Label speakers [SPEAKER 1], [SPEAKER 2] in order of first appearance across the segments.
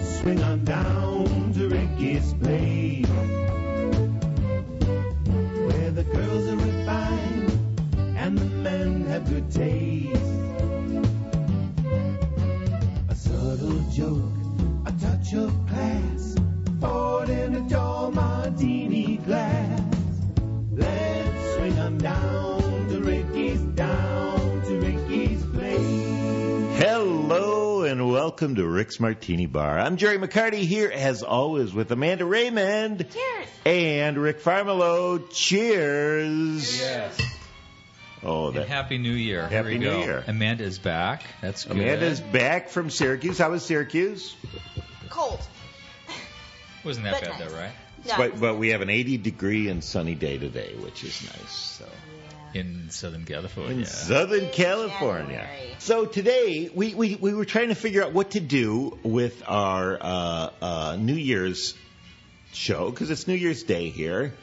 [SPEAKER 1] swing on down to Ricky's place, where the girls are refined and the men have good taste. A subtle joke, a touch of class, poured in a tall martini glass. Let's swing 'em down to Ricky's, down to Ricky's place.
[SPEAKER 2] Hello and welcome to Rick's Martini Bar. I'm Jerry McCarty here, as always, with Amanda Raymond
[SPEAKER 3] Cheers.
[SPEAKER 2] and Rick Farmelo. Cheers!
[SPEAKER 4] Yes.
[SPEAKER 2] Oh,
[SPEAKER 4] And
[SPEAKER 2] that.
[SPEAKER 4] happy New Year. Here
[SPEAKER 2] Happy
[SPEAKER 4] we
[SPEAKER 2] New
[SPEAKER 4] go.
[SPEAKER 2] Year.
[SPEAKER 4] Amanda is back. That's good.
[SPEAKER 2] Amanda's back from Syracuse. How was Syracuse?
[SPEAKER 3] Cold.
[SPEAKER 4] wasn't that
[SPEAKER 3] but
[SPEAKER 4] bad
[SPEAKER 3] nice.
[SPEAKER 4] though, right?
[SPEAKER 3] No.
[SPEAKER 2] But, but we have an 80 degree and sunny day today, which is nice. So.
[SPEAKER 4] In Southern California.
[SPEAKER 2] in Southern California.
[SPEAKER 3] January.
[SPEAKER 2] So today we, we, we were trying to figure out what to do with our uh, uh, New Year's show because it's New Year's Day here,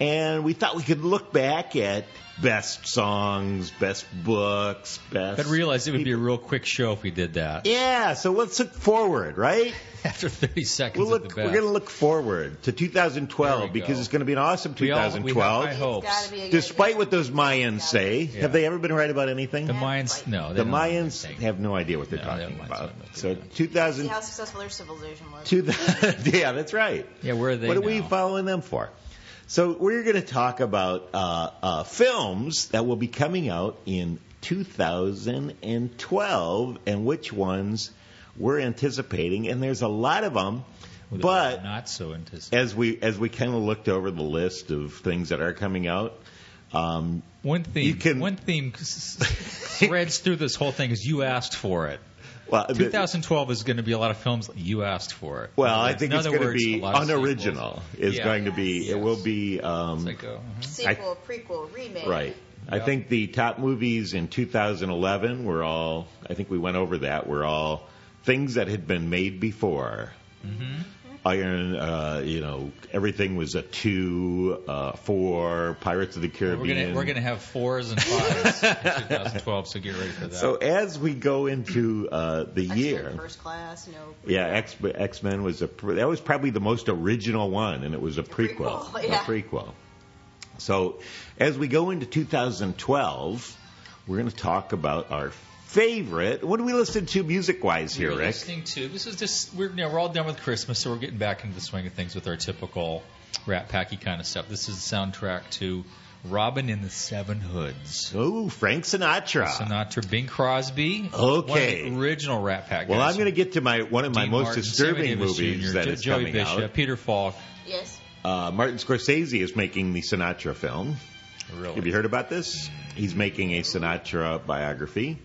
[SPEAKER 2] and we thought we could look back at best songs, best books, best.
[SPEAKER 4] but realized it would be a real quick show if we did that.
[SPEAKER 2] Yeah, so let's look forward, right?
[SPEAKER 4] After 30 seconds
[SPEAKER 2] We'll
[SPEAKER 4] of
[SPEAKER 2] look,
[SPEAKER 4] the
[SPEAKER 2] we're
[SPEAKER 4] best.
[SPEAKER 2] going to look forward to
[SPEAKER 4] There
[SPEAKER 2] 2012
[SPEAKER 4] we
[SPEAKER 2] because
[SPEAKER 4] go.
[SPEAKER 2] it's going to be an awesome
[SPEAKER 4] We all- we have high
[SPEAKER 2] 2012.
[SPEAKER 4] hopes.
[SPEAKER 3] It's gotta be a good
[SPEAKER 2] Despite
[SPEAKER 3] year.
[SPEAKER 2] what those Mayans say,
[SPEAKER 4] Yeah.
[SPEAKER 2] have they ever been right about anything?
[SPEAKER 4] the Mayans, no. Oh, they
[SPEAKER 2] The
[SPEAKER 4] don't know
[SPEAKER 2] Mayans
[SPEAKER 4] anything.
[SPEAKER 2] have no idea what they're
[SPEAKER 4] No, they
[SPEAKER 2] talking
[SPEAKER 4] don't
[SPEAKER 2] about.
[SPEAKER 4] know what
[SPEAKER 2] So
[SPEAKER 4] they're doing.
[SPEAKER 3] See
[SPEAKER 2] 2000,
[SPEAKER 3] how successful their civilization was.
[SPEAKER 2] 2000 yeah, that's right.
[SPEAKER 4] Yeah, where are they
[SPEAKER 2] what are we
[SPEAKER 4] now?
[SPEAKER 2] following them for? So we're going to talk about uh, uh, films that will be coming out in 2012 and which ones we're anticipating. And there's a lot of them,
[SPEAKER 4] Well,
[SPEAKER 2] but
[SPEAKER 4] not so interesting.
[SPEAKER 2] as we as we kind of looked over the list of things that are coming out, um,
[SPEAKER 4] One theme,
[SPEAKER 2] you can-
[SPEAKER 4] one theme s- s- threads through this whole thing is you asked for it.
[SPEAKER 2] well, the-
[SPEAKER 4] 2012 is going to be a lot of films. You asked for it.
[SPEAKER 2] Well, I
[SPEAKER 4] In
[SPEAKER 2] think it's
[SPEAKER 4] other
[SPEAKER 2] going to
[SPEAKER 4] words,
[SPEAKER 2] be
[SPEAKER 4] a lot of sequels.
[SPEAKER 2] unoriginal. Is
[SPEAKER 4] Yeah.
[SPEAKER 2] going to be. It
[SPEAKER 4] Yes.
[SPEAKER 2] will be. Um,
[SPEAKER 4] It's like, oh, mhm.
[SPEAKER 3] Sequel, prequel, remake.
[SPEAKER 2] right. I
[SPEAKER 4] Yeah.
[SPEAKER 2] think the top movies in 2011 were all. I think we went over that. Were all things that had been made before.
[SPEAKER 4] Mm-hmm.
[SPEAKER 2] Iron, uh, you know, everything was a two, uh, four. Pirates of the Caribbean.
[SPEAKER 4] We're gonna we're gonna have fours and fives in 2012, so get ready for that.
[SPEAKER 2] so as we go into uh, the
[SPEAKER 3] X-Men
[SPEAKER 2] year,
[SPEAKER 3] First class. You know.
[SPEAKER 2] Yeah, X X Men was a pre- that was probably the most original one, and it was a prequel.
[SPEAKER 3] prequel, yeah.
[SPEAKER 2] A prequel. So, as we go into 2012, we're going to talk about our favorite. What do we listen to music wise here,
[SPEAKER 4] We're
[SPEAKER 2] Rick?
[SPEAKER 4] listening to this is just we're you know, we're all done with Christmas, so we're getting back into the swing of things with our typical Rat Packy kind of stuff. This is the soundtrack to Robin in the Seven Hoods.
[SPEAKER 2] Oh, Frank Sinatra.
[SPEAKER 4] Sinatra, Bing Crosby, one of
[SPEAKER 2] Okay.
[SPEAKER 4] the original Rat Pack.
[SPEAKER 2] Well,
[SPEAKER 4] guys.
[SPEAKER 2] I'm going to get to my one of my
[SPEAKER 4] Dean
[SPEAKER 2] most
[SPEAKER 4] Martin, Sammy
[SPEAKER 2] disturbing
[SPEAKER 4] Davis
[SPEAKER 2] movies
[SPEAKER 4] Jr.,
[SPEAKER 2] that
[SPEAKER 4] Jo-
[SPEAKER 2] is
[SPEAKER 4] Joey
[SPEAKER 2] coming
[SPEAKER 4] Bishop,
[SPEAKER 2] out.
[SPEAKER 4] Peter Falk.
[SPEAKER 3] Yes.
[SPEAKER 2] Uh, Martin Scorsese is making the Sinatra film. Have you
[SPEAKER 4] Really?
[SPEAKER 2] heard about this? He's making a Sinatra biography.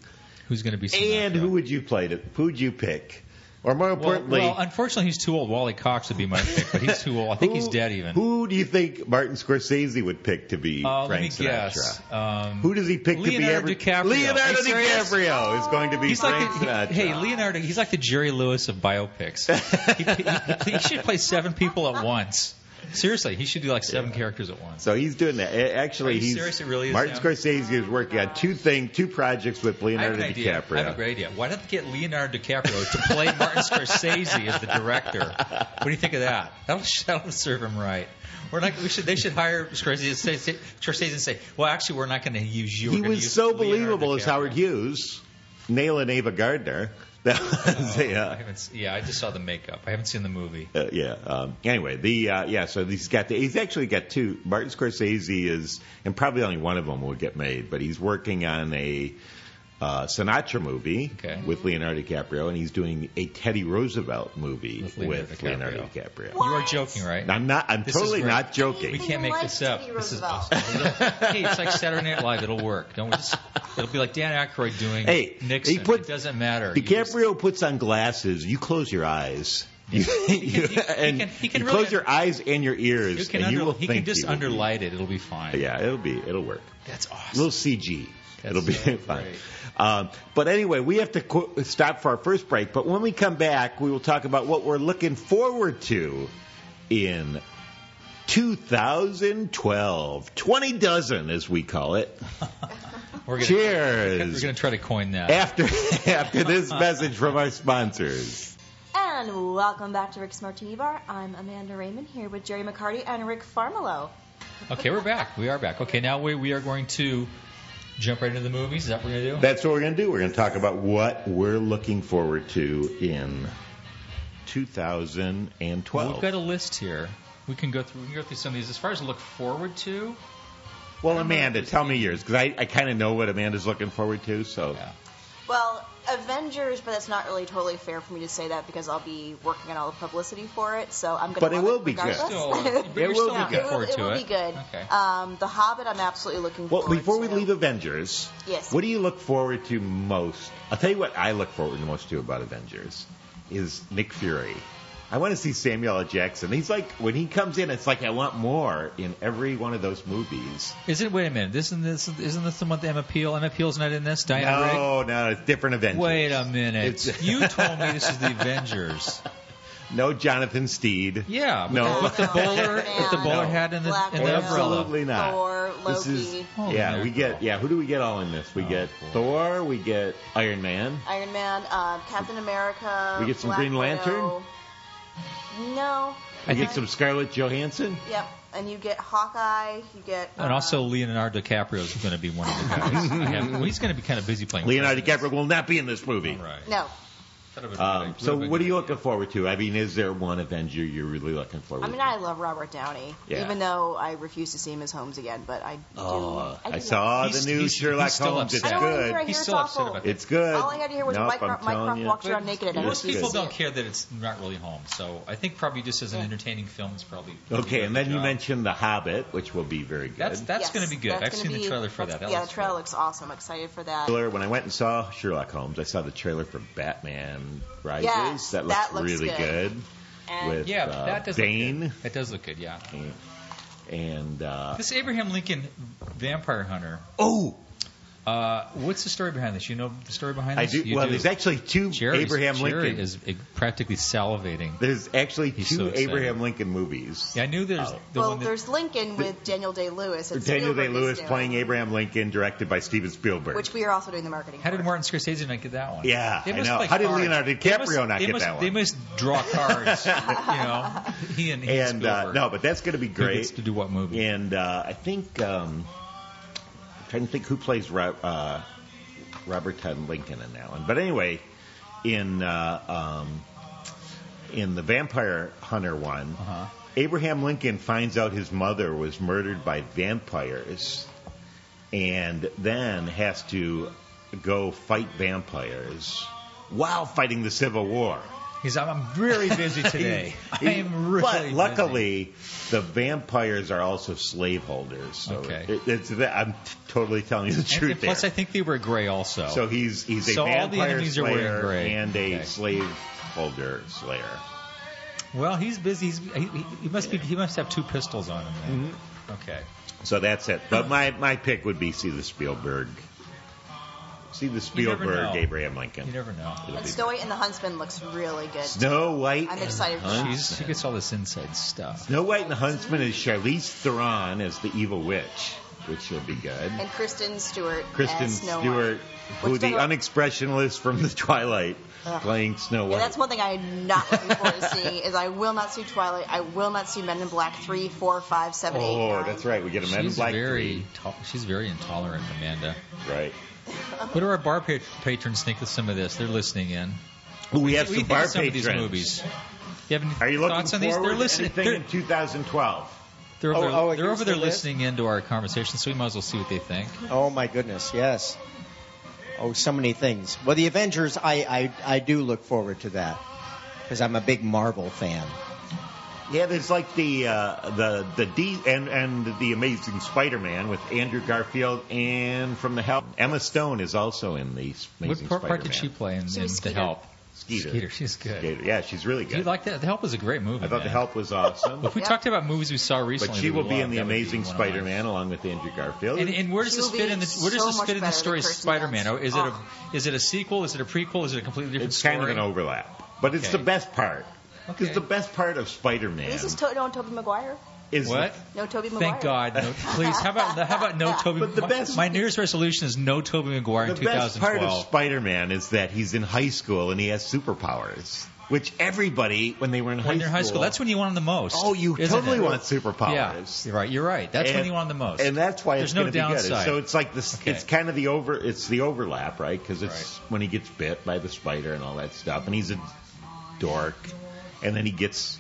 [SPEAKER 4] Who's going to be? Sinatra?
[SPEAKER 2] And who would you play to? Who would you pick? Or more
[SPEAKER 4] Well,
[SPEAKER 2] importantly,
[SPEAKER 4] well, unfortunately, he's too old. Wally Cox would be my pick, but he's too old. I think he's dead even.
[SPEAKER 2] Who do you think Martin Scorsese would pick to be
[SPEAKER 4] uh, let me
[SPEAKER 2] Frank Sinatra?
[SPEAKER 4] guess. Um,
[SPEAKER 2] Who does he pick to be
[SPEAKER 4] Leonardo
[SPEAKER 2] every-
[SPEAKER 4] DiCaprio.
[SPEAKER 2] Leonardo
[SPEAKER 4] Are you serious?
[SPEAKER 2] DiCaprio is going to be
[SPEAKER 4] He's
[SPEAKER 2] Frank
[SPEAKER 4] like the,
[SPEAKER 2] Sinatra.
[SPEAKER 4] he- hey Leonardo. He's like the Jerry Lewis of biopics. he, he, he should play seven people at once. Seriously, he should do like seven characters at once.
[SPEAKER 2] So he's doing that. A- Actually,
[SPEAKER 4] Are you
[SPEAKER 2] he's
[SPEAKER 4] serious? It really is
[SPEAKER 2] Martin
[SPEAKER 4] him?
[SPEAKER 2] Scorsese is working on two thing, two projects with
[SPEAKER 4] I have
[SPEAKER 2] Leonardo
[SPEAKER 4] an idea.
[SPEAKER 2] DiCaprio.
[SPEAKER 4] I have a great idea. Why not get Leonardo DiCaprio to play Martin Scorsese as the director? What do you think of that? That'll, that'll serve him right. We're not. We should. They should hire Scorsese, and say- say- Scorsese and say, "Well, actually, we're not going to use you." We're
[SPEAKER 2] he
[SPEAKER 4] gonna
[SPEAKER 2] was
[SPEAKER 4] use
[SPEAKER 2] so
[SPEAKER 4] Leonardo
[SPEAKER 2] believable as
[SPEAKER 4] DiCaprio."
[SPEAKER 2] Howard Hughes, Nail and Ava Gardner. That was a,
[SPEAKER 4] Oh, I
[SPEAKER 2] uh,
[SPEAKER 4] haven't. s- Yeah, I just saw the makeup. I haven't seen the movie.
[SPEAKER 2] uh, yeah. Um, anyway, the uh, yeah. So he's got the, he's actually got two. Martin Scorsese is, and probably only one of them will get made, but he's working on a uh, Sinatra movie
[SPEAKER 4] Okay.
[SPEAKER 2] with Leonardo DiCaprio, and he's doing a Teddy Roosevelt movie with
[SPEAKER 4] With
[SPEAKER 2] Leonardo,
[SPEAKER 4] Leonardo
[SPEAKER 2] DiCaprio.
[SPEAKER 3] What?
[SPEAKER 4] You are joking, right?
[SPEAKER 2] I'm not. I'm
[SPEAKER 4] This is
[SPEAKER 2] totally
[SPEAKER 4] great.
[SPEAKER 2] not joking.
[SPEAKER 4] We
[SPEAKER 3] He
[SPEAKER 4] can't make
[SPEAKER 3] likes
[SPEAKER 4] this up.
[SPEAKER 3] Teddy
[SPEAKER 4] This is
[SPEAKER 3] Roosevelt.
[SPEAKER 4] awesome. hey, it's like Saturday Night Live. It'll work. Don't we just, it'll be like Dan Aykroyd doing
[SPEAKER 2] Hey,
[SPEAKER 4] Nixon.
[SPEAKER 2] he put-
[SPEAKER 4] it doesn't matter. You just-
[SPEAKER 2] DiCaprio puts on glasses. You close your eyes. You, you-
[SPEAKER 4] he can-
[SPEAKER 2] and
[SPEAKER 4] he can
[SPEAKER 2] you
[SPEAKER 4] really-
[SPEAKER 2] close your eyes and your ears,
[SPEAKER 4] you can
[SPEAKER 2] and you
[SPEAKER 4] under,
[SPEAKER 2] will
[SPEAKER 4] he
[SPEAKER 2] think
[SPEAKER 4] can just
[SPEAKER 2] you will be-
[SPEAKER 4] underlight it. It'll be fine.
[SPEAKER 2] Yeah, it'll be. It'll work.
[SPEAKER 4] That's
[SPEAKER 2] A
[SPEAKER 4] awesome.
[SPEAKER 2] little CG.
[SPEAKER 4] That's
[SPEAKER 2] It'll be
[SPEAKER 4] so
[SPEAKER 2] fun.
[SPEAKER 4] great.
[SPEAKER 2] Um, but anyway, we have to qu- stop for our first break. But when we come back, we will talk about what we're looking forward to in 2012. 20 dozen, as we call it.
[SPEAKER 4] We're gonna, We're
[SPEAKER 2] Cheers.
[SPEAKER 4] going to try to coin that.
[SPEAKER 2] After, after this message from our sponsors.
[SPEAKER 3] And And welcome back to Rick's Martini Bar. I'm Amanda Raymond here with Jerry McCarty and Rick Farmelo.
[SPEAKER 4] Okay, we're back. We are back. Okay, now we, we are going to jump right into the movies. Is that what we're going to do?
[SPEAKER 2] That's what we're going to do. We're going to talk about what we're looking forward to in 2012.
[SPEAKER 4] We've got a list here. We can go through. We can go through some of these. As far as look forward to,
[SPEAKER 2] well, Amanda, tell me yours because I, I kind of know what Amanda's looking forward to. So
[SPEAKER 4] yeah.
[SPEAKER 3] Well, Avengers, but that's not really totally fair for me to say that because I'll be working on all the publicity for it, so I'm going to.
[SPEAKER 2] But it will be good.
[SPEAKER 3] regardless.
[SPEAKER 4] Still, Oh, but you're
[SPEAKER 2] will
[SPEAKER 4] still
[SPEAKER 2] be
[SPEAKER 3] Yeah,
[SPEAKER 4] looking
[SPEAKER 2] good.
[SPEAKER 3] it will,
[SPEAKER 4] forward
[SPEAKER 3] it
[SPEAKER 4] to
[SPEAKER 3] will
[SPEAKER 4] it.
[SPEAKER 3] be good.
[SPEAKER 4] Okay.
[SPEAKER 3] Um, the Hobbit, I'm absolutely looking
[SPEAKER 2] well,
[SPEAKER 3] forward
[SPEAKER 2] before we
[SPEAKER 3] to.
[SPEAKER 2] leave Avengers,
[SPEAKER 3] Yes.
[SPEAKER 2] what do you look forward to most? I'll tell you what I look forward to most to about Avengers is Nick Fury. I want to see Samuel L. Jackson. He's like when he comes in, it's like I want more in every one of those movies.
[SPEAKER 4] Isn't wait a minute? Isn't this isn't this the one that Emma Peel? Emma Peel's not in this. Diana Rigg.
[SPEAKER 2] No, no, it's different Avengers.
[SPEAKER 4] Wait a minute.
[SPEAKER 2] It's-
[SPEAKER 4] you told me this is the Avengers.
[SPEAKER 2] No, Jonathan Steed.
[SPEAKER 4] Yeah, with,
[SPEAKER 2] No.
[SPEAKER 4] the, with the bowler, with the bowler
[SPEAKER 2] No.
[SPEAKER 4] hat and the,
[SPEAKER 3] Black
[SPEAKER 4] and the
[SPEAKER 3] Widow.
[SPEAKER 4] umbrella.
[SPEAKER 2] Absolutely not.
[SPEAKER 3] Thor,
[SPEAKER 2] This is
[SPEAKER 3] Loki.
[SPEAKER 4] Holy
[SPEAKER 2] yeah. We
[SPEAKER 4] mackerel.
[SPEAKER 2] get yeah. Who do we get all in this? We
[SPEAKER 4] Oh,
[SPEAKER 2] get
[SPEAKER 4] boy.
[SPEAKER 2] Thor. We get Iron Man.
[SPEAKER 3] Iron Man, uh, Captain America.
[SPEAKER 2] We get some
[SPEAKER 3] Black
[SPEAKER 2] Green Lantern?
[SPEAKER 3] Widow. No.
[SPEAKER 2] We get
[SPEAKER 4] I think-
[SPEAKER 2] some Scarlett Johansson.
[SPEAKER 3] Yep. And you get Hawkeye. You get.
[SPEAKER 4] And
[SPEAKER 3] uh,
[SPEAKER 4] also Leonardo DiCaprio is going to be one of the guys. I have, well, he's going to be kind of busy playing.
[SPEAKER 2] Leonardo
[SPEAKER 4] presidents.
[SPEAKER 2] DiCaprio will not be in this movie.
[SPEAKER 4] Right.
[SPEAKER 3] No.
[SPEAKER 4] That'd have been
[SPEAKER 2] Um,
[SPEAKER 4] good.
[SPEAKER 2] so,
[SPEAKER 4] Would've been
[SPEAKER 2] what are
[SPEAKER 4] good.
[SPEAKER 2] you looking forward to? I mean, is there one Avenger you're really looking forward
[SPEAKER 3] I mean,
[SPEAKER 2] to?
[SPEAKER 3] I love Robert Downey,
[SPEAKER 2] Yeah.
[SPEAKER 3] even though I refuse to see him as Holmes again. But I do.
[SPEAKER 2] Oh,
[SPEAKER 3] I, do
[SPEAKER 2] I
[SPEAKER 3] love
[SPEAKER 2] saw
[SPEAKER 4] uh, He's-
[SPEAKER 2] the new
[SPEAKER 4] he's-
[SPEAKER 2] Sherlock
[SPEAKER 4] he's still
[SPEAKER 2] Holmes. It's
[SPEAKER 3] I
[SPEAKER 4] upset.
[SPEAKER 3] don't want to
[SPEAKER 2] good.
[SPEAKER 3] hear it.
[SPEAKER 4] He's
[SPEAKER 3] It's
[SPEAKER 4] still upset
[SPEAKER 3] awful.
[SPEAKER 4] about that.
[SPEAKER 2] It's good.
[SPEAKER 3] All I had to hear was
[SPEAKER 2] nope,
[SPEAKER 3] Mike,
[SPEAKER 2] I'm
[SPEAKER 3] Mike
[SPEAKER 2] telling
[SPEAKER 3] Croft
[SPEAKER 2] you.
[SPEAKER 3] walked around naked at
[SPEAKER 2] It's
[SPEAKER 3] night.
[SPEAKER 4] Most people
[SPEAKER 2] good.
[SPEAKER 4] don't care that it's not really Holmes, so I think probably just as an entertaining film, it's probably
[SPEAKER 2] Okay, and then you
[SPEAKER 4] Yeah.
[SPEAKER 2] mentioned The Hobbit, which will be very good.
[SPEAKER 4] that's that's
[SPEAKER 3] Yes,
[SPEAKER 4] going to be good.
[SPEAKER 3] that's
[SPEAKER 4] I've
[SPEAKER 3] gonna
[SPEAKER 4] seen the
[SPEAKER 3] be-
[SPEAKER 4] trailer for
[SPEAKER 3] that's-
[SPEAKER 4] that. that
[SPEAKER 3] yeah, the
[SPEAKER 4] looks
[SPEAKER 3] trailer
[SPEAKER 4] good.
[SPEAKER 3] looks awesome. I'm excited for that.
[SPEAKER 2] trailer. When I went and saw Sherlock Holmes, I saw the trailer for Batman Rises.
[SPEAKER 3] Yes,
[SPEAKER 2] that looks,
[SPEAKER 3] that looks
[SPEAKER 2] really
[SPEAKER 3] good.
[SPEAKER 2] good.
[SPEAKER 3] And
[SPEAKER 2] with
[SPEAKER 4] Yeah,
[SPEAKER 2] uh,
[SPEAKER 4] that does
[SPEAKER 2] Bane.
[SPEAKER 4] look good. That does look good. Yeah.
[SPEAKER 2] And uh,
[SPEAKER 4] This Abraham Lincoln Vampire Hunter.
[SPEAKER 2] oh,
[SPEAKER 4] Uh, what's the story behind this? You know the story behind
[SPEAKER 2] I
[SPEAKER 4] this?
[SPEAKER 2] do.
[SPEAKER 4] You
[SPEAKER 2] well, there's actually two
[SPEAKER 4] Jerry's-
[SPEAKER 2] Abraham
[SPEAKER 4] Jerry
[SPEAKER 2] Lincoln.
[SPEAKER 4] is eh, practically salivating.
[SPEAKER 2] there's actually
[SPEAKER 4] He's
[SPEAKER 2] two
[SPEAKER 4] so excited.
[SPEAKER 2] Abraham Lincoln movies.
[SPEAKER 4] Yeah, I knew there's
[SPEAKER 2] Oh.
[SPEAKER 4] the
[SPEAKER 3] well,
[SPEAKER 4] one that,
[SPEAKER 3] there's Lincoln with Daniel Day Lewis. and
[SPEAKER 2] Daniel Day
[SPEAKER 3] Spielberg is
[SPEAKER 2] Lewis
[SPEAKER 3] doing,
[SPEAKER 2] playing Abraham Lincoln, directed by Steven Spielberg.
[SPEAKER 3] which we are also doing the marketing.
[SPEAKER 4] How did
[SPEAKER 3] for.
[SPEAKER 4] Martin Scorsese not get that one?
[SPEAKER 2] Yeah,
[SPEAKER 4] They
[SPEAKER 2] I
[SPEAKER 4] must
[SPEAKER 2] know.
[SPEAKER 4] play
[SPEAKER 2] How did
[SPEAKER 4] cards.
[SPEAKER 2] Leonardo
[SPEAKER 4] They must-
[SPEAKER 2] DiCaprio not
[SPEAKER 4] they
[SPEAKER 2] get
[SPEAKER 4] must-
[SPEAKER 2] that one?
[SPEAKER 4] They must draw cards. you know, he and, he
[SPEAKER 2] and uh,
[SPEAKER 4] Spielberg.
[SPEAKER 2] no, but that's going to be
[SPEAKER 4] Who
[SPEAKER 2] great.
[SPEAKER 4] gets to do what movie?
[SPEAKER 2] And uh, I think um, I'm trying to think who plays Ro- uh, Robert Todd Lincoln in that one. But anyway, in uh, um, in the Vampire Hunter one,
[SPEAKER 4] Uh-huh.
[SPEAKER 2] Abraham Lincoln finds out his mother was murdered by vampires, and then has to go fight vampires while fighting the Civil War.
[SPEAKER 4] He's, I'm, I'm very busy today. I am really
[SPEAKER 2] But
[SPEAKER 4] busy.
[SPEAKER 2] luckily, the vampires are also slaveholders. So
[SPEAKER 4] Okay.
[SPEAKER 2] it, it's, I'm t- totally telling you the
[SPEAKER 4] And-
[SPEAKER 2] truth
[SPEAKER 4] and plus,
[SPEAKER 2] there.
[SPEAKER 4] I think they were gray also.
[SPEAKER 2] so he's he's a
[SPEAKER 4] So all the
[SPEAKER 2] vampire
[SPEAKER 4] enemies are wearing
[SPEAKER 2] slayer
[SPEAKER 4] gray.
[SPEAKER 2] and a
[SPEAKER 4] Okay.
[SPEAKER 2] slaveholder slayer.
[SPEAKER 4] well, he's busy. He's, he, he he must be. He must have two pistols on him. Then.
[SPEAKER 2] Mm-hmm.
[SPEAKER 4] Okay.
[SPEAKER 2] So that's it. But my my pick would be see the Spielberg, see the Spielberg
[SPEAKER 4] know.
[SPEAKER 2] Abraham
[SPEAKER 4] You
[SPEAKER 2] Lincoln.
[SPEAKER 4] never know.
[SPEAKER 2] It'll
[SPEAKER 3] And
[SPEAKER 2] be-
[SPEAKER 3] Snow White and the Huntsman looks really good.
[SPEAKER 2] Snow White.
[SPEAKER 3] I'm
[SPEAKER 2] and
[SPEAKER 3] excited for that.
[SPEAKER 2] Huntsman.
[SPEAKER 4] She's, she gets all this inside stuff.
[SPEAKER 2] Snow White and the Huntsman is Charlize Theron as the evil witch, which will be good.
[SPEAKER 3] And Kristen Stewart.
[SPEAKER 2] Kristen
[SPEAKER 3] as Snow
[SPEAKER 2] Stewart,
[SPEAKER 3] White.
[SPEAKER 2] who
[SPEAKER 3] Which
[SPEAKER 2] the
[SPEAKER 3] don't-
[SPEAKER 2] unexpressionalist from the Twilight,
[SPEAKER 3] Ugh.
[SPEAKER 2] playing Snow White.
[SPEAKER 3] Yeah, that's one thing I'm not looking forward to seeing is I will not see Twilight. I will not see Men in Black 3, 4, 5, 7, 8,
[SPEAKER 2] oh,
[SPEAKER 3] 9.
[SPEAKER 2] that's right. We get a Men in
[SPEAKER 4] She's
[SPEAKER 2] Black
[SPEAKER 4] very. To- she's very intolerant, Amanda.
[SPEAKER 2] three, right?
[SPEAKER 4] What do our bar pa- patrons think of some of this? They're listening in.
[SPEAKER 2] Ooh, we have some
[SPEAKER 4] What do you think
[SPEAKER 2] bar
[SPEAKER 4] of some of these
[SPEAKER 2] patrons.
[SPEAKER 4] movies? You have any
[SPEAKER 2] Are you looking
[SPEAKER 4] thoughts on
[SPEAKER 2] forward
[SPEAKER 4] these? They're
[SPEAKER 2] to
[SPEAKER 4] listening.
[SPEAKER 2] anything
[SPEAKER 4] They're,
[SPEAKER 2] in 2012?
[SPEAKER 4] they're,
[SPEAKER 5] Oh,
[SPEAKER 4] they're,
[SPEAKER 5] oh,
[SPEAKER 4] they're
[SPEAKER 5] here's
[SPEAKER 4] over there
[SPEAKER 5] the list.
[SPEAKER 4] listening into our conversation, so we might as well see what they think.
[SPEAKER 5] Oh my goodness, yes. Oh, so many things. Well, the Avengers, I I, I do look forward to that because I'm a big Marvel fan.
[SPEAKER 2] Yeah, there's like the uh, the the D and and the Amazing Spider-Man with Andrew Garfield and from the help Emma Stone is also in the Amazing
[SPEAKER 4] what part, part
[SPEAKER 2] Spider-Man.
[SPEAKER 4] did she play in,
[SPEAKER 3] She
[SPEAKER 4] in
[SPEAKER 3] was
[SPEAKER 4] The
[SPEAKER 3] Skeeter.
[SPEAKER 4] Help?
[SPEAKER 2] Skeeter.
[SPEAKER 4] she's good.
[SPEAKER 2] Skeeter. Yeah, she's really
[SPEAKER 4] Do you
[SPEAKER 2] good.
[SPEAKER 4] like that? The Help was a great movie.
[SPEAKER 2] I thought
[SPEAKER 4] man.
[SPEAKER 2] the help was awesome.
[SPEAKER 4] If we
[SPEAKER 3] Yep.
[SPEAKER 4] talked about movies we saw recently,
[SPEAKER 2] But she
[SPEAKER 4] that we
[SPEAKER 2] will be in
[SPEAKER 4] loved,
[SPEAKER 2] the
[SPEAKER 4] that would be
[SPEAKER 2] Amazing
[SPEAKER 4] one of mine.
[SPEAKER 2] Spider-Man along with Andrew Garfield.
[SPEAKER 4] And, and where does
[SPEAKER 3] She
[SPEAKER 4] this
[SPEAKER 3] will
[SPEAKER 4] fit
[SPEAKER 3] be
[SPEAKER 4] in the where does
[SPEAKER 3] so
[SPEAKER 4] this
[SPEAKER 3] much
[SPEAKER 4] fit in the
[SPEAKER 3] better
[SPEAKER 4] story of
[SPEAKER 3] than Kirsten
[SPEAKER 4] Spider-Man?
[SPEAKER 3] Dunst.
[SPEAKER 4] Or is it a
[SPEAKER 3] Oh.
[SPEAKER 4] is it a sequel? Is it a prequel? Is it a completely different
[SPEAKER 2] it's
[SPEAKER 4] story?
[SPEAKER 2] kind of an overlap, but it's
[SPEAKER 4] Okay.
[SPEAKER 2] the best part. Because
[SPEAKER 4] Okay.
[SPEAKER 2] the best part of Spider-Man
[SPEAKER 3] This is to- no Toby Maguire.
[SPEAKER 2] is
[SPEAKER 4] What?
[SPEAKER 3] No Toby Maguire.
[SPEAKER 4] Thank God. No, please, how about how about no Toby?
[SPEAKER 2] But the
[SPEAKER 4] my,
[SPEAKER 2] best-
[SPEAKER 4] my New Year's resolution is no Toby McGuire
[SPEAKER 2] the
[SPEAKER 4] in
[SPEAKER 2] best part
[SPEAKER 4] 2012.
[SPEAKER 2] of Spider-Man is that he's in high school and he has superpowers. which everybody when they were in high
[SPEAKER 4] when
[SPEAKER 2] school,
[SPEAKER 4] you're in high school, that's when you want them the most.
[SPEAKER 2] oh, you
[SPEAKER 4] isn't
[SPEAKER 2] totally
[SPEAKER 4] it?
[SPEAKER 2] want
[SPEAKER 4] Yeah,
[SPEAKER 2] superpowers.
[SPEAKER 4] you're right. You're right. That's when
[SPEAKER 2] And-
[SPEAKER 4] you want them the most.
[SPEAKER 2] and that's why
[SPEAKER 4] There's
[SPEAKER 2] it's
[SPEAKER 4] no
[SPEAKER 2] going to be good.
[SPEAKER 4] downside.
[SPEAKER 2] So it's like this.
[SPEAKER 4] Okay.
[SPEAKER 2] It's kind of the over. It's the overlap, right? Because it's when he gets bit by the spider and all that stuff, and he's a dork, and then he gets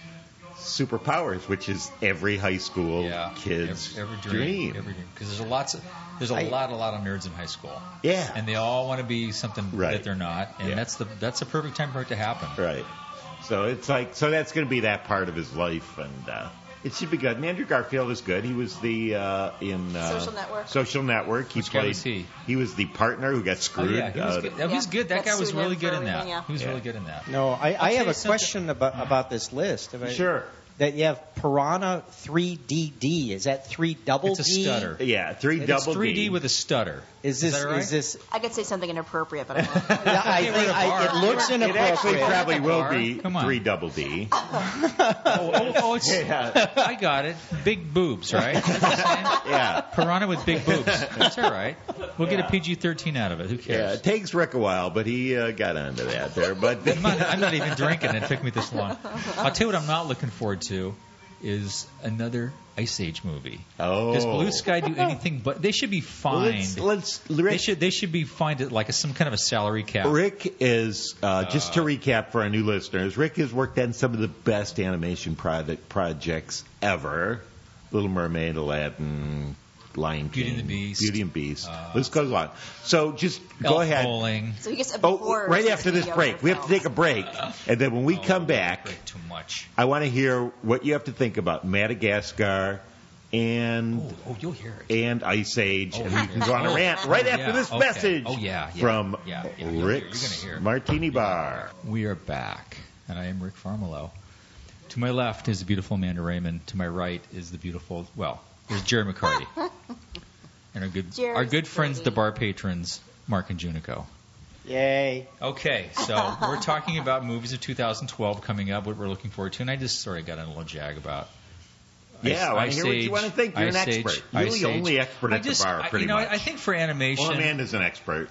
[SPEAKER 2] superpowers, which is every high school
[SPEAKER 4] yeah,
[SPEAKER 2] kid's
[SPEAKER 4] every, every dream, every dream. Because there's a lots of there's a
[SPEAKER 2] I-
[SPEAKER 4] lot, a lot of nerds in high school,
[SPEAKER 2] yeah.
[SPEAKER 4] and they all want to be something
[SPEAKER 2] Right.
[SPEAKER 4] that they're not, and
[SPEAKER 2] Yeah.
[SPEAKER 4] that's the that's the perfect time for it to happen.
[SPEAKER 2] Right. So it's like so that's going to be that part of his life, and uh, it should be good. And Andrew Garfield is good. He was the uh, in uh,
[SPEAKER 3] Social Network.
[SPEAKER 2] Social Network. He
[SPEAKER 4] Which guy
[SPEAKER 2] played.
[SPEAKER 4] was he?
[SPEAKER 2] was the partner who got
[SPEAKER 4] Oh,
[SPEAKER 2] screwed.
[SPEAKER 4] yeah, he was
[SPEAKER 2] uh,
[SPEAKER 4] good. That was
[SPEAKER 3] Yeah,
[SPEAKER 4] good. That
[SPEAKER 3] that
[SPEAKER 4] guy was
[SPEAKER 3] suited him
[SPEAKER 4] really
[SPEAKER 3] for
[SPEAKER 4] good in that.
[SPEAKER 3] everything, yeah.
[SPEAKER 4] He was
[SPEAKER 2] Yeah.
[SPEAKER 4] really good in that.
[SPEAKER 5] No, I, I
[SPEAKER 4] tell
[SPEAKER 5] have
[SPEAKER 4] you
[SPEAKER 5] a
[SPEAKER 4] something.
[SPEAKER 5] question about about this list. If I-
[SPEAKER 2] Sure.
[SPEAKER 5] That you have Piranha 3DD. Is that three double
[SPEAKER 4] It's a
[SPEAKER 5] D?
[SPEAKER 4] stutter.
[SPEAKER 2] Yeah, three
[SPEAKER 4] It's
[SPEAKER 2] double
[SPEAKER 4] 3D
[SPEAKER 2] D.
[SPEAKER 4] with a stutter.
[SPEAKER 5] Is this?
[SPEAKER 4] that right?
[SPEAKER 5] Is this?
[SPEAKER 3] I could say something inappropriate, but I won't.
[SPEAKER 5] Yeah, I
[SPEAKER 4] Get rid
[SPEAKER 5] think
[SPEAKER 4] of
[SPEAKER 5] I, it
[SPEAKER 4] R.
[SPEAKER 5] looks
[SPEAKER 2] it actually
[SPEAKER 5] inappropriate.
[SPEAKER 2] probably will be
[SPEAKER 4] Come on.
[SPEAKER 2] three double D.
[SPEAKER 4] Oh, oh, oh, it's,
[SPEAKER 2] Yeah,
[SPEAKER 4] I got it. Big boobs, right? That's the same.
[SPEAKER 2] yeah.
[SPEAKER 4] Piranha with big boobs. That's all right. We'll get a PG-13 out of it. Who
[SPEAKER 2] Yeah,
[SPEAKER 4] cares?
[SPEAKER 2] it takes Rick a while, but he uh, got onto that there. But
[SPEAKER 4] I'm not, I'm not even drinking. and It took me this long. I'll tell you what I'm not looking forward to is another Ice Age movie.
[SPEAKER 2] oh,
[SPEAKER 4] Does Blue Sky do anything? But they should be
[SPEAKER 2] Well,
[SPEAKER 4] fined.
[SPEAKER 2] let's, let's
[SPEAKER 4] they
[SPEAKER 2] Rick,
[SPEAKER 4] should they should be fined at like a, some kind of a salary cap.
[SPEAKER 2] Rick is uh, just to recap for our new listeners. Rick has worked on some of the best animation product projects ever: Little Mermaid, Aladdin, Lion King,
[SPEAKER 4] Beauty and the Beast. Uh.
[SPEAKER 2] Beauty and Beast. This goes on. So just go
[SPEAKER 4] Elf
[SPEAKER 2] ahead.
[SPEAKER 4] Bowling.
[SPEAKER 3] So he gets a
[SPEAKER 2] Oh,
[SPEAKER 3] before
[SPEAKER 2] right after this break, we have to take a break, and then when we
[SPEAKER 4] Oh,
[SPEAKER 2] come back,
[SPEAKER 4] Drink Too much.
[SPEAKER 2] I want to hear what you have to think about Madagascar and
[SPEAKER 4] Oh, oh, you'll hear it.
[SPEAKER 2] and Ice Age,
[SPEAKER 4] Oh,
[SPEAKER 2] and we can go E. on a
[SPEAKER 4] oh,
[SPEAKER 2] rant right
[SPEAKER 4] oh,
[SPEAKER 2] after
[SPEAKER 4] yeah,
[SPEAKER 2] this
[SPEAKER 4] okay.
[SPEAKER 2] message
[SPEAKER 4] Oh, yeah, yeah,
[SPEAKER 2] from
[SPEAKER 4] yeah, yeah, you'll hear- you're
[SPEAKER 2] Rick's
[SPEAKER 4] gonna hear.
[SPEAKER 2] Martini Bar.
[SPEAKER 4] We are back, and I am Rick Farmelo. To my left is the beautiful Amanda Raymond. To my right is the beautiful, well, there's Jerry McCarty. and our good,
[SPEAKER 3] Jerry's
[SPEAKER 4] our good friends,
[SPEAKER 3] pretty.
[SPEAKER 4] the bar patrons, Mark and Junico.
[SPEAKER 5] Yay!
[SPEAKER 4] Okay, so we're talking about movies of 2012 coming up, what we're looking forward to, and I just, sorry, I got in a little jag about
[SPEAKER 2] Yeah, I want
[SPEAKER 4] Ice
[SPEAKER 2] to hear what
[SPEAKER 4] Age,
[SPEAKER 2] you want to think. You're an
[SPEAKER 4] Ice
[SPEAKER 2] expert.
[SPEAKER 4] Age,
[SPEAKER 2] You're
[SPEAKER 4] Ice
[SPEAKER 2] the
[SPEAKER 4] Age.
[SPEAKER 2] only expert
[SPEAKER 4] I
[SPEAKER 2] at
[SPEAKER 4] just,
[SPEAKER 2] the bar,
[SPEAKER 4] I-
[SPEAKER 2] pretty
[SPEAKER 4] you know,
[SPEAKER 2] much.
[SPEAKER 4] I think for animation,
[SPEAKER 2] well, Amanda's an expert.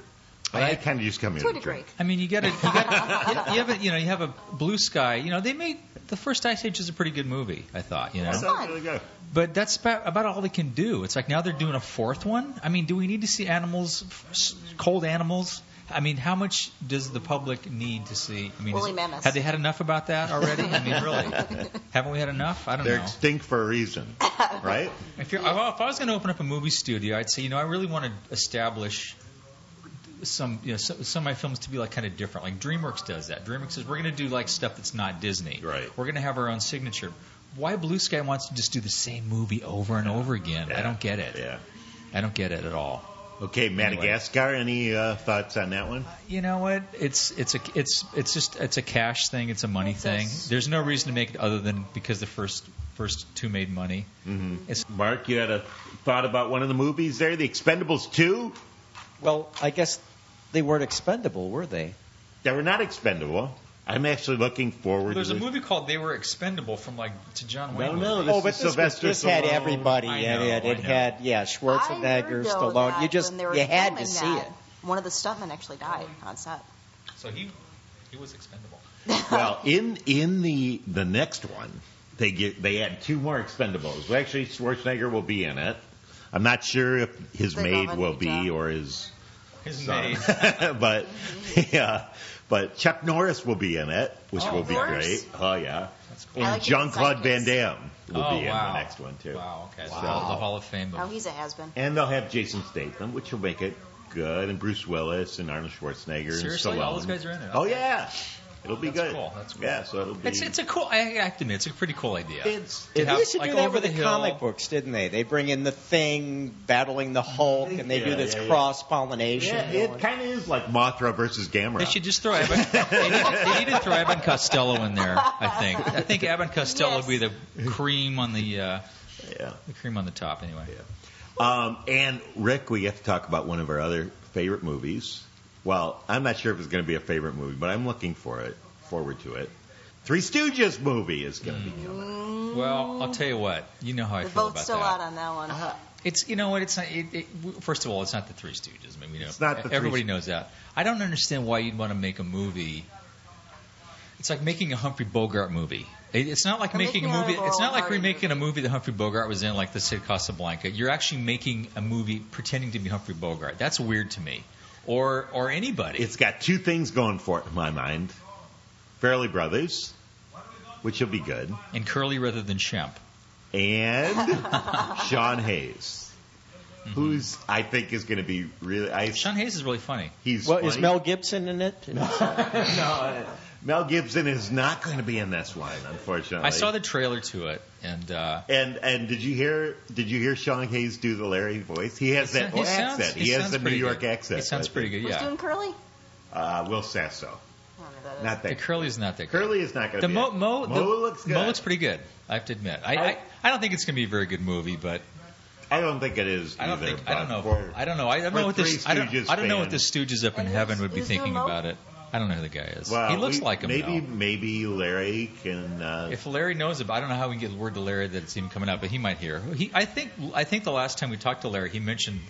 [SPEAKER 4] I-
[SPEAKER 2] I, kind of just come here
[SPEAKER 3] To a
[SPEAKER 2] to
[SPEAKER 3] degree.
[SPEAKER 2] drink.
[SPEAKER 4] I mean, you got to you got you have a you know you have a blue sky. You know, they made the first Ice Age is a pretty good movie. I thought, you know,
[SPEAKER 2] That
[SPEAKER 3] fun.
[SPEAKER 2] sounds really good.
[SPEAKER 4] but that's about, about all they can do. It's like now they're doing a fourth one. I mean, do we need to see animals, s- cold animals? I mean, how much does the public need to see? I mean,
[SPEAKER 3] Woolly
[SPEAKER 4] is-
[SPEAKER 3] mammoths.
[SPEAKER 4] have they had enough about that already? I mean, really, haven't we had enough? I don't
[SPEAKER 2] They're
[SPEAKER 4] know.
[SPEAKER 2] extinct for a reason, right?
[SPEAKER 4] If, you're, well, if I was going to open up a movie studio, I'd say, you know, I really want to establish some, you know, some, some of my films to be like kind of different. Like DreamWorks does that. DreamWorks says we're going to do like stuff that's not Disney.
[SPEAKER 2] Right.
[SPEAKER 4] We're going to have our own signature. Why Blue Sky wants to just do the same movie over and over again? I
[SPEAKER 2] Yeah.
[SPEAKER 4] don't get it.
[SPEAKER 2] Yeah.
[SPEAKER 4] I don't get it at all.
[SPEAKER 2] Okay, Madagascar. Any uh, thoughts on that one?
[SPEAKER 4] You know what? It's it's a it's it's just it's a cash thing. It's a money thing. There's no reason to make it other than because the first first two made money.
[SPEAKER 2] Mark, you had a thought about one of the movies there, The Expendables Two.
[SPEAKER 5] Well, I guess they weren't expendable, were they?
[SPEAKER 2] They were not expendable. I'm actually looking forward.
[SPEAKER 4] There's
[SPEAKER 2] to
[SPEAKER 4] a
[SPEAKER 2] this.
[SPEAKER 4] movie called They Were Expendable from like to John Wayne.
[SPEAKER 2] No, no,
[SPEAKER 4] movie.
[SPEAKER 2] This
[SPEAKER 5] oh,
[SPEAKER 2] is
[SPEAKER 5] but this, was-
[SPEAKER 2] Sylvester
[SPEAKER 5] this had
[SPEAKER 2] Stallone.
[SPEAKER 5] everybody
[SPEAKER 4] I
[SPEAKER 5] in
[SPEAKER 4] know,
[SPEAKER 5] it. It
[SPEAKER 4] I know.
[SPEAKER 5] had yeah,
[SPEAKER 3] I heard,
[SPEAKER 5] Schwarzenegger,
[SPEAKER 3] though,
[SPEAKER 5] Stallone.
[SPEAKER 3] that
[SPEAKER 5] You just
[SPEAKER 3] when they were
[SPEAKER 5] you had to
[SPEAKER 3] filming
[SPEAKER 5] see
[SPEAKER 3] that,
[SPEAKER 5] it.
[SPEAKER 3] One of the stuntmen actually died on set.
[SPEAKER 4] So he he was expendable.
[SPEAKER 2] Well, in in the the next one, they get they add two more Expendables. Well, actually, Schwarzenegger will be in it. I'm not sure if his
[SPEAKER 3] They
[SPEAKER 2] maid
[SPEAKER 3] love
[SPEAKER 2] will
[SPEAKER 3] him,
[SPEAKER 2] be
[SPEAKER 3] yeah.
[SPEAKER 2] or his
[SPEAKER 4] His
[SPEAKER 2] son,
[SPEAKER 4] name.
[SPEAKER 2] but yeah, but Chuck Norris will be in it, which
[SPEAKER 4] Oh,
[SPEAKER 2] will be
[SPEAKER 3] Norris?
[SPEAKER 2] great. Oh yeah,
[SPEAKER 4] That's cool.
[SPEAKER 2] and
[SPEAKER 3] like his
[SPEAKER 2] Jean Claude Van
[SPEAKER 3] sidekicks.
[SPEAKER 2] Damme will
[SPEAKER 4] oh,
[SPEAKER 2] be in
[SPEAKER 4] wow.
[SPEAKER 2] the next one too.
[SPEAKER 4] Wow. Okay. So
[SPEAKER 2] Wow.
[SPEAKER 4] the Hall of Fame.
[SPEAKER 3] Oh,
[SPEAKER 4] Of,
[SPEAKER 3] he's a has-been.
[SPEAKER 2] And they'll have Jason Statham, which will make it good, and Bruce Willis and Arnold Schwarzenegger
[SPEAKER 4] Seriously?
[SPEAKER 2] and Stallone.
[SPEAKER 4] All those guys are in it?
[SPEAKER 2] Oh
[SPEAKER 4] Okay.
[SPEAKER 2] yeah, it'll be
[SPEAKER 4] That's
[SPEAKER 2] good.
[SPEAKER 4] cool. That's cool.
[SPEAKER 2] Yeah, so it'll be.
[SPEAKER 4] it's it's a cool. I have to admit, it's a pretty cool idea.
[SPEAKER 2] it's,
[SPEAKER 4] To
[SPEAKER 2] it's
[SPEAKER 4] have-
[SPEAKER 5] They used to
[SPEAKER 4] like
[SPEAKER 5] do that
[SPEAKER 4] over
[SPEAKER 5] with
[SPEAKER 4] the
[SPEAKER 5] the,
[SPEAKER 4] hill.
[SPEAKER 5] comic books, didn't they? They bring in the Thing battling the Hulk, and they
[SPEAKER 2] Yeah,
[SPEAKER 5] do this
[SPEAKER 2] yeah, yeah.
[SPEAKER 5] cross pollination.
[SPEAKER 2] Yeah, it kind of is like Mothra versus Gamera.
[SPEAKER 4] They should just throw. Abbott, they, need, they need to throw Abbott and Costello in there. I think. I think Abbott and Costello
[SPEAKER 3] Yes.
[SPEAKER 4] would be the cream on the uh,
[SPEAKER 2] Yeah.
[SPEAKER 4] the cream on the top. Anyway.
[SPEAKER 2] Um, and Rick, we have to talk about one of our other favorite movies. Well, I'm not sure if it's going to be a favorite movie, but I'm looking for it, forward to it. Three Stooges movie is going to
[SPEAKER 4] Mm.
[SPEAKER 2] be coming.
[SPEAKER 4] Well, I'll tell you what. You know how I
[SPEAKER 3] The
[SPEAKER 4] feel about
[SPEAKER 3] vote's still
[SPEAKER 4] that. Uh-huh.
[SPEAKER 3] out on that one.
[SPEAKER 4] It's you know what it's not. It, it, first of all, it's not the Three Stooges. I mean, we know
[SPEAKER 2] It's not the Three
[SPEAKER 4] everybody
[SPEAKER 2] Stooges.
[SPEAKER 4] knows that. I don't understand why you'd want to make a movie. it's like making a Humphrey Bogart movie. It- It's not like
[SPEAKER 3] Or
[SPEAKER 4] making,
[SPEAKER 3] making
[SPEAKER 4] a movie.
[SPEAKER 3] another
[SPEAKER 4] It's not
[SPEAKER 3] Laurel
[SPEAKER 4] like
[SPEAKER 3] Hardy
[SPEAKER 4] remaking a movie that Humphrey Bogart was in, like the Cid Casablanca. You're actually making a movie pretending to be Humphrey Bogart. That's weird to me, or or anybody.
[SPEAKER 2] It's got two things going for it in my mind. Fairly Brothers, which will be good,
[SPEAKER 4] and Curly rather than Shemp.
[SPEAKER 2] and Sean Hayes,
[SPEAKER 4] Mm-hmm.
[SPEAKER 2] who's I think is going to be really. I,
[SPEAKER 4] Sean Hayes is really funny.
[SPEAKER 2] he's
[SPEAKER 5] Well, is
[SPEAKER 2] funny.
[SPEAKER 5] Mel Gibson in it?
[SPEAKER 2] Mel Gibson is not going to be in this one, unfortunately.
[SPEAKER 4] I saw the trailer to it, and uh,
[SPEAKER 2] And and did you hear did you hear Sean Hayes do the Larry voice? He has that
[SPEAKER 4] he
[SPEAKER 2] whole
[SPEAKER 4] sounds-
[SPEAKER 2] accent. He,
[SPEAKER 4] sounds
[SPEAKER 2] has the New
[SPEAKER 4] pretty
[SPEAKER 2] York
[SPEAKER 4] good.
[SPEAKER 2] accent.
[SPEAKER 4] He sounds
[SPEAKER 2] I
[SPEAKER 4] pretty
[SPEAKER 2] think.
[SPEAKER 4] good.
[SPEAKER 3] Who's
[SPEAKER 4] Yeah,
[SPEAKER 3] doing Curly?
[SPEAKER 2] Uh, Will Sasso.
[SPEAKER 3] I don't know who that is.
[SPEAKER 2] Not
[SPEAKER 4] the
[SPEAKER 2] that
[SPEAKER 4] Curly's not that. good.
[SPEAKER 2] Curly is not going to
[SPEAKER 4] The
[SPEAKER 2] be.
[SPEAKER 4] Mo,
[SPEAKER 2] it. Mo
[SPEAKER 4] Mo, the-
[SPEAKER 2] looks good.
[SPEAKER 4] Mo looks pretty good. I have to admit. I, I,
[SPEAKER 2] I-
[SPEAKER 4] I, don't think it's going to be a very good movie, but
[SPEAKER 2] I don't think it is.
[SPEAKER 4] I don't
[SPEAKER 2] either,
[SPEAKER 4] think I don't
[SPEAKER 2] but
[SPEAKER 4] know.
[SPEAKER 2] for-
[SPEAKER 4] If, I don't know. I don't
[SPEAKER 2] we're
[SPEAKER 4] know what this.
[SPEAKER 2] three
[SPEAKER 4] I don't,
[SPEAKER 2] Stooges
[SPEAKER 4] I don't know what the
[SPEAKER 2] fans.
[SPEAKER 4] Stooges up in
[SPEAKER 3] And
[SPEAKER 4] heaven
[SPEAKER 3] who's-
[SPEAKER 4] would be
[SPEAKER 3] who's
[SPEAKER 4] thinking
[SPEAKER 3] doing Mo?
[SPEAKER 4] about it. I don't know who the guy is.
[SPEAKER 2] well,
[SPEAKER 4] he looks
[SPEAKER 2] we-
[SPEAKER 4] like him.
[SPEAKER 2] Maybe
[SPEAKER 4] though.
[SPEAKER 2] maybe Larry can. Uh,
[SPEAKER 4] If Larry knows about, I don't know how we can get word to Larry that it's even coming out, but he might hear. He, I think, I think the last time we talked to Larry, he mentioned.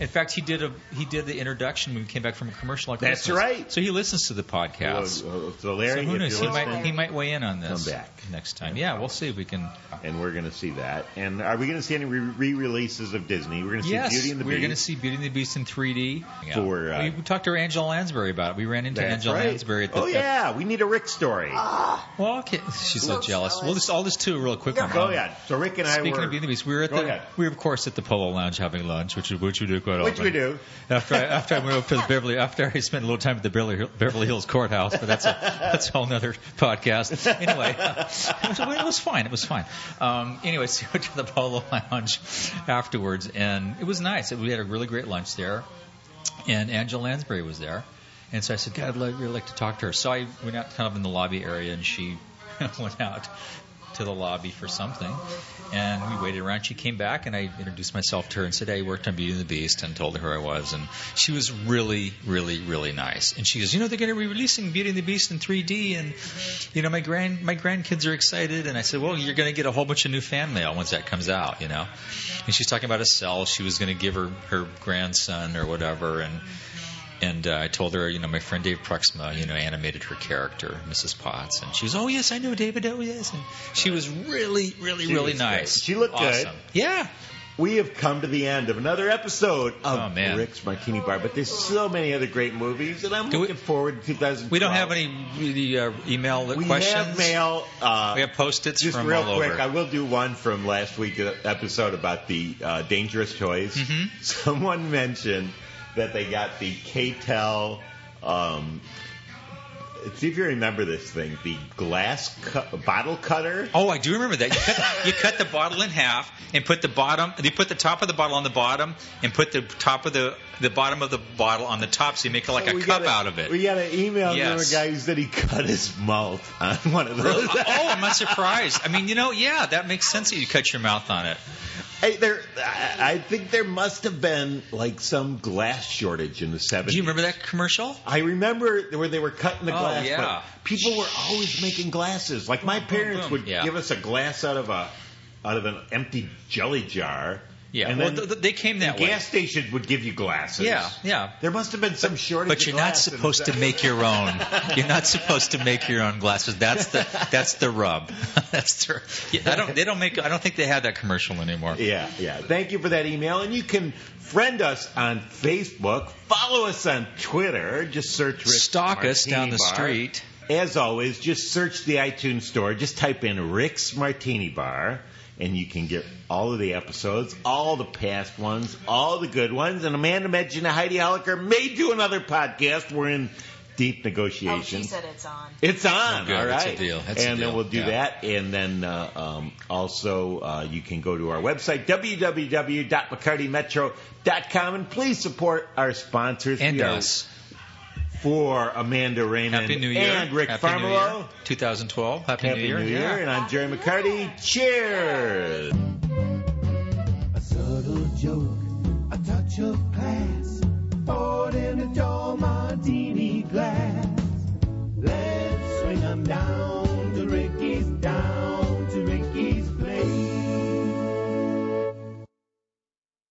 [SPEAKER 4] In fact, he did a he did the introduction when we came back from a commercial. on
[SPEAKER 2] That's
[SPEAKER 4] Christmas.
[SPEAKER 2] right.
[SPEAKER 4] So he listens to the podcast.
[SPEAKER 2] uh, so Larry,
[SPEAKER 4] so who
[SPEAKER 2] if
[SPEAKER 4] knows? He
[SPEAKER 2] you're
[SPEAKER 4] might
[SPEAKER 2] listening-
[SPEAKER 4] he might weigh in on this
[SPEAKER 2] Come back.
[SPEAKER 4] next time. Yeah, we'll see if we can.
[SPEAKER 2] and we're going to see that. And are we going to see any re- re-releases of Disney? We're going to see
[SPEAKER 4] yes,
[SPEAKER 2] Beauty and the
[SPEAKER 4] we're going to
[SPEAKER 2] Beast.
[SPEAKER 4] see Beauty and the Beast in 3D. Yeah.
[SPEAKER 2] For, uh,
[SPEAKER 4] we, we talked to Angela Lansbury about it. We ran into
[SPEAKER 2] That's
[SPEAKER 4] Angela
[SPEAKER 2] right.
[SPEAKER 4] Lansbury at the.
[SPEAKER 2] Oh yeah, we need a Rick story.
[SPEAKER 4] at- well, okay. She's
[SPEAKER 3] So
[SPEAKER 4] so jealous.
[SPEAKER 3] jealous.
[SPEAKER 4] We'll just I'll just do a real quick one.
[SPEAKER 2] Go ahead. So Rick and I
[SPEAKER 4] Speaking
[SPEAKER 2] were
[SPEAKER 4] of Beauty and the Beast, we were at
[SPEAKER 2] Go
[SPEAKER 4] the
[SPEAKER 2] ahead.
[SPEAKER 4] we were of course at the Polo Lounge having lunch, which is which we do quite
[SPEAKER 2] which
[SPEAKER 4] often.
[SPEAKER 2] we do.
[SPEAKER 4] After I, after I moved to the Beverly, after I spent a little time at the Beverly, Beverly Hills courthouse, but that's a that's a whole nother podcast. Anyway, it was, it was fine. It was fine. Um, anyway, so we went to the Polo Lounge afterwards, and it was nice. We had a really great lunch there, and Angela Lansbury was there, and so I said, "God, I'd like- really like to talk to her." So I went out kind of in the lobby area, and she went out to the lobby for something, and we waited around. She came back, and I introduced myself to her and said, "Hey, I worked on Beauty and the Beast," and told her who I was, and she was really, really, really nice. And she goes, "You know, they're going to be releasing Beauty and the Beast in 3D, and you know, my grand my grandkids are excited." And I said, "Well, you're going to get a whole bunch of new fan mail once that comes out, you know." And she's talking about a cell she was going to give her her grandson or whatever, and and uh, I told her, you know, my friend Dave Proxima, you know, animated her character, Mrs. Potts, and she was, oh yes, I know David, oh yes, and she was really, really,
[SPEAKER 2] She
[SPEAKER 4] really
[SPEAKER 2] was
[SPEAKER 4] nice.
[SPEAKER 2] great. She looked good.
[SPEAKER 4] awesome. Yeah,
[SPEAKER 2] We have come to the end of another episode
[SPEAKER 4] Oh,
[SPEAKER 2] of
[SPEAKER 4] man.
[SPEAKER 2] Rick's Martini Bar, but there's so many other great movies, and I'm
[SPEAKER 4] Do we-
[SPEAKER 2] looking forward to 2012.
[SPEAKER 4] we don't have any really, uh, email
[SPEAKER 2] We
[SPEAKER 4] questions.
[SPEAKER 2] have mail. Uh,
[SPEAKER 4] We have post-its
[SPEAKER 2] just
[SPEAKER 4] from
[SPEAKER 2] real
[SPEAKER 4] all
[SPEAKER 2] quick,
[SPEAKER 4] over.
[SPEAKER 2] I will do one from last week's episode about the uh, dangerous toys.
[SPEAKER 4] Mm-hmm.
[SPEAKER 2] Someone mentioned that they got the KTEL. Um, see if you remember this thing, the glass cu- bottle cutter.
[SPEAKER 4] Oh, I do remember that. You cut, you cut the bottle in half and put the bottom. You put the top of the bottle on the bottom and put the top of the the bottom of the bottle on the top, so you make like a
[SPEAKER 2] Oh, We
[SPEAKER 4] cup
[SPEAKER 2] got a-
[SPEAKER 4] out of it.
[SPEAKER 2] We got an email
[SPEAKER 4] Yes.
[SPEAKER 2] from a guy who said he cut his mouth on one of those.
[SPEAKER 4] oh, I'm not surprised. I mean, you know, yeah, that makes sense that you cut your mouth on it.
[SPEAKER 2] Hey, there, I, I think there must have been like some glass shortage in the 70s.
[SPEAKER 4] Do you remember that commercial?
[SPEAKER 2] I remember where they were cutting the
[SPEAKER 4] Oh,
[SPEAKER 2] glass.
[SPEAKER 4] yeah.
[SPEAKER 2] but people were always making glasses. Like my parents
[SPEAKER 4] boom.
[SPEAKER 2] would
[SPEAKER 4] Yeah.
[SPEAKER 2] give us a glass out of a out of an empty jelly jar.
[SPEAKER 4] Yeah,
[SPEAKER 2] and
[SPEAKER 4] well,
[SPEAKER 2] then
[SPEAKER 4] th- th- they came that way.
[SPEAKER 2] gas stations would give you glasses.
[SPEAKER 4] Yeah, yeah.
[SPEAKER 2] There must have been some shortage.
[SPEAKER 4] But
[SPEAKER 2] of
[SPEAKER 4] you're not
[SPEAKER 2] glass in
[SPEAKER 4] supposed
[SPEAKER 2] the-
[SPEAKER 4] to make your own. You're not supposed to make your own glasses. That's the that's the rub. That's the. Yeah, I don't. They don't make. I don't think they have that commercial anymore.
[SPEAKER 2] Yeah, yeah. Thank you for that email. And you can friend us on Facebook, follow us on Twitter. Just search Rick
[SPEAKER 4] Stalk us
[SPEAKER 2] Martini
[SPEAKER 4] down the
[SPEAKER 2] Bar.
[SPEAKER 4] street.
[SPEAKER 2] As always, just search the iTunes store. Just type in Rick's Martini Bar, and you can get all of the episodes, all the past ones, all the good ones. And Amanda mentioned that Heidi Holliker may do another podcast. We're in deep
[SPEAKER 3] Oh, she
[SPEAKER 2] negotiations.
[SPEAKER 3] said it's on.
[SPEAKER 2] It's on.
[SPEAKER 4] Oh, good.
[SPEAKER 2] All
[SPEAKER 4] That's
[SPEAKER 2] right.
[SPEAKER 4] a deal. That's a
[SPEAKER 2] and
[SPEAKER 4] deal.
[SPEAKER 2] then we'll do
[SPEAKER 4] Yeah.
[SPEAKER 2] that. And then uh, um, also uh, you can go to our website, www.mccartymetro.com, and please support our sponsors.
[SPEAKER 4] And
[SPEAKER 2] We are-
[SPEAKER 4] us.
[SPEAKER 2] For Amanda Raymond
[SPEAKER 4] Happy New Year.
[SPEAKER 2] and Rick
[SPEAKER 4] Happy New
[SPEAKER 2] Farmelo.
[SPEAKER 4] Year. 2012. Happy,
[SPEAKER 2] Happy New Year.
[SPEAKER 4] Yeah.
[SPEAKER 2] And I'm Jerry McCarty. Cheers.
[SPEAKER 1] A subtle joke, a touch of class, poured in a tall martini glass.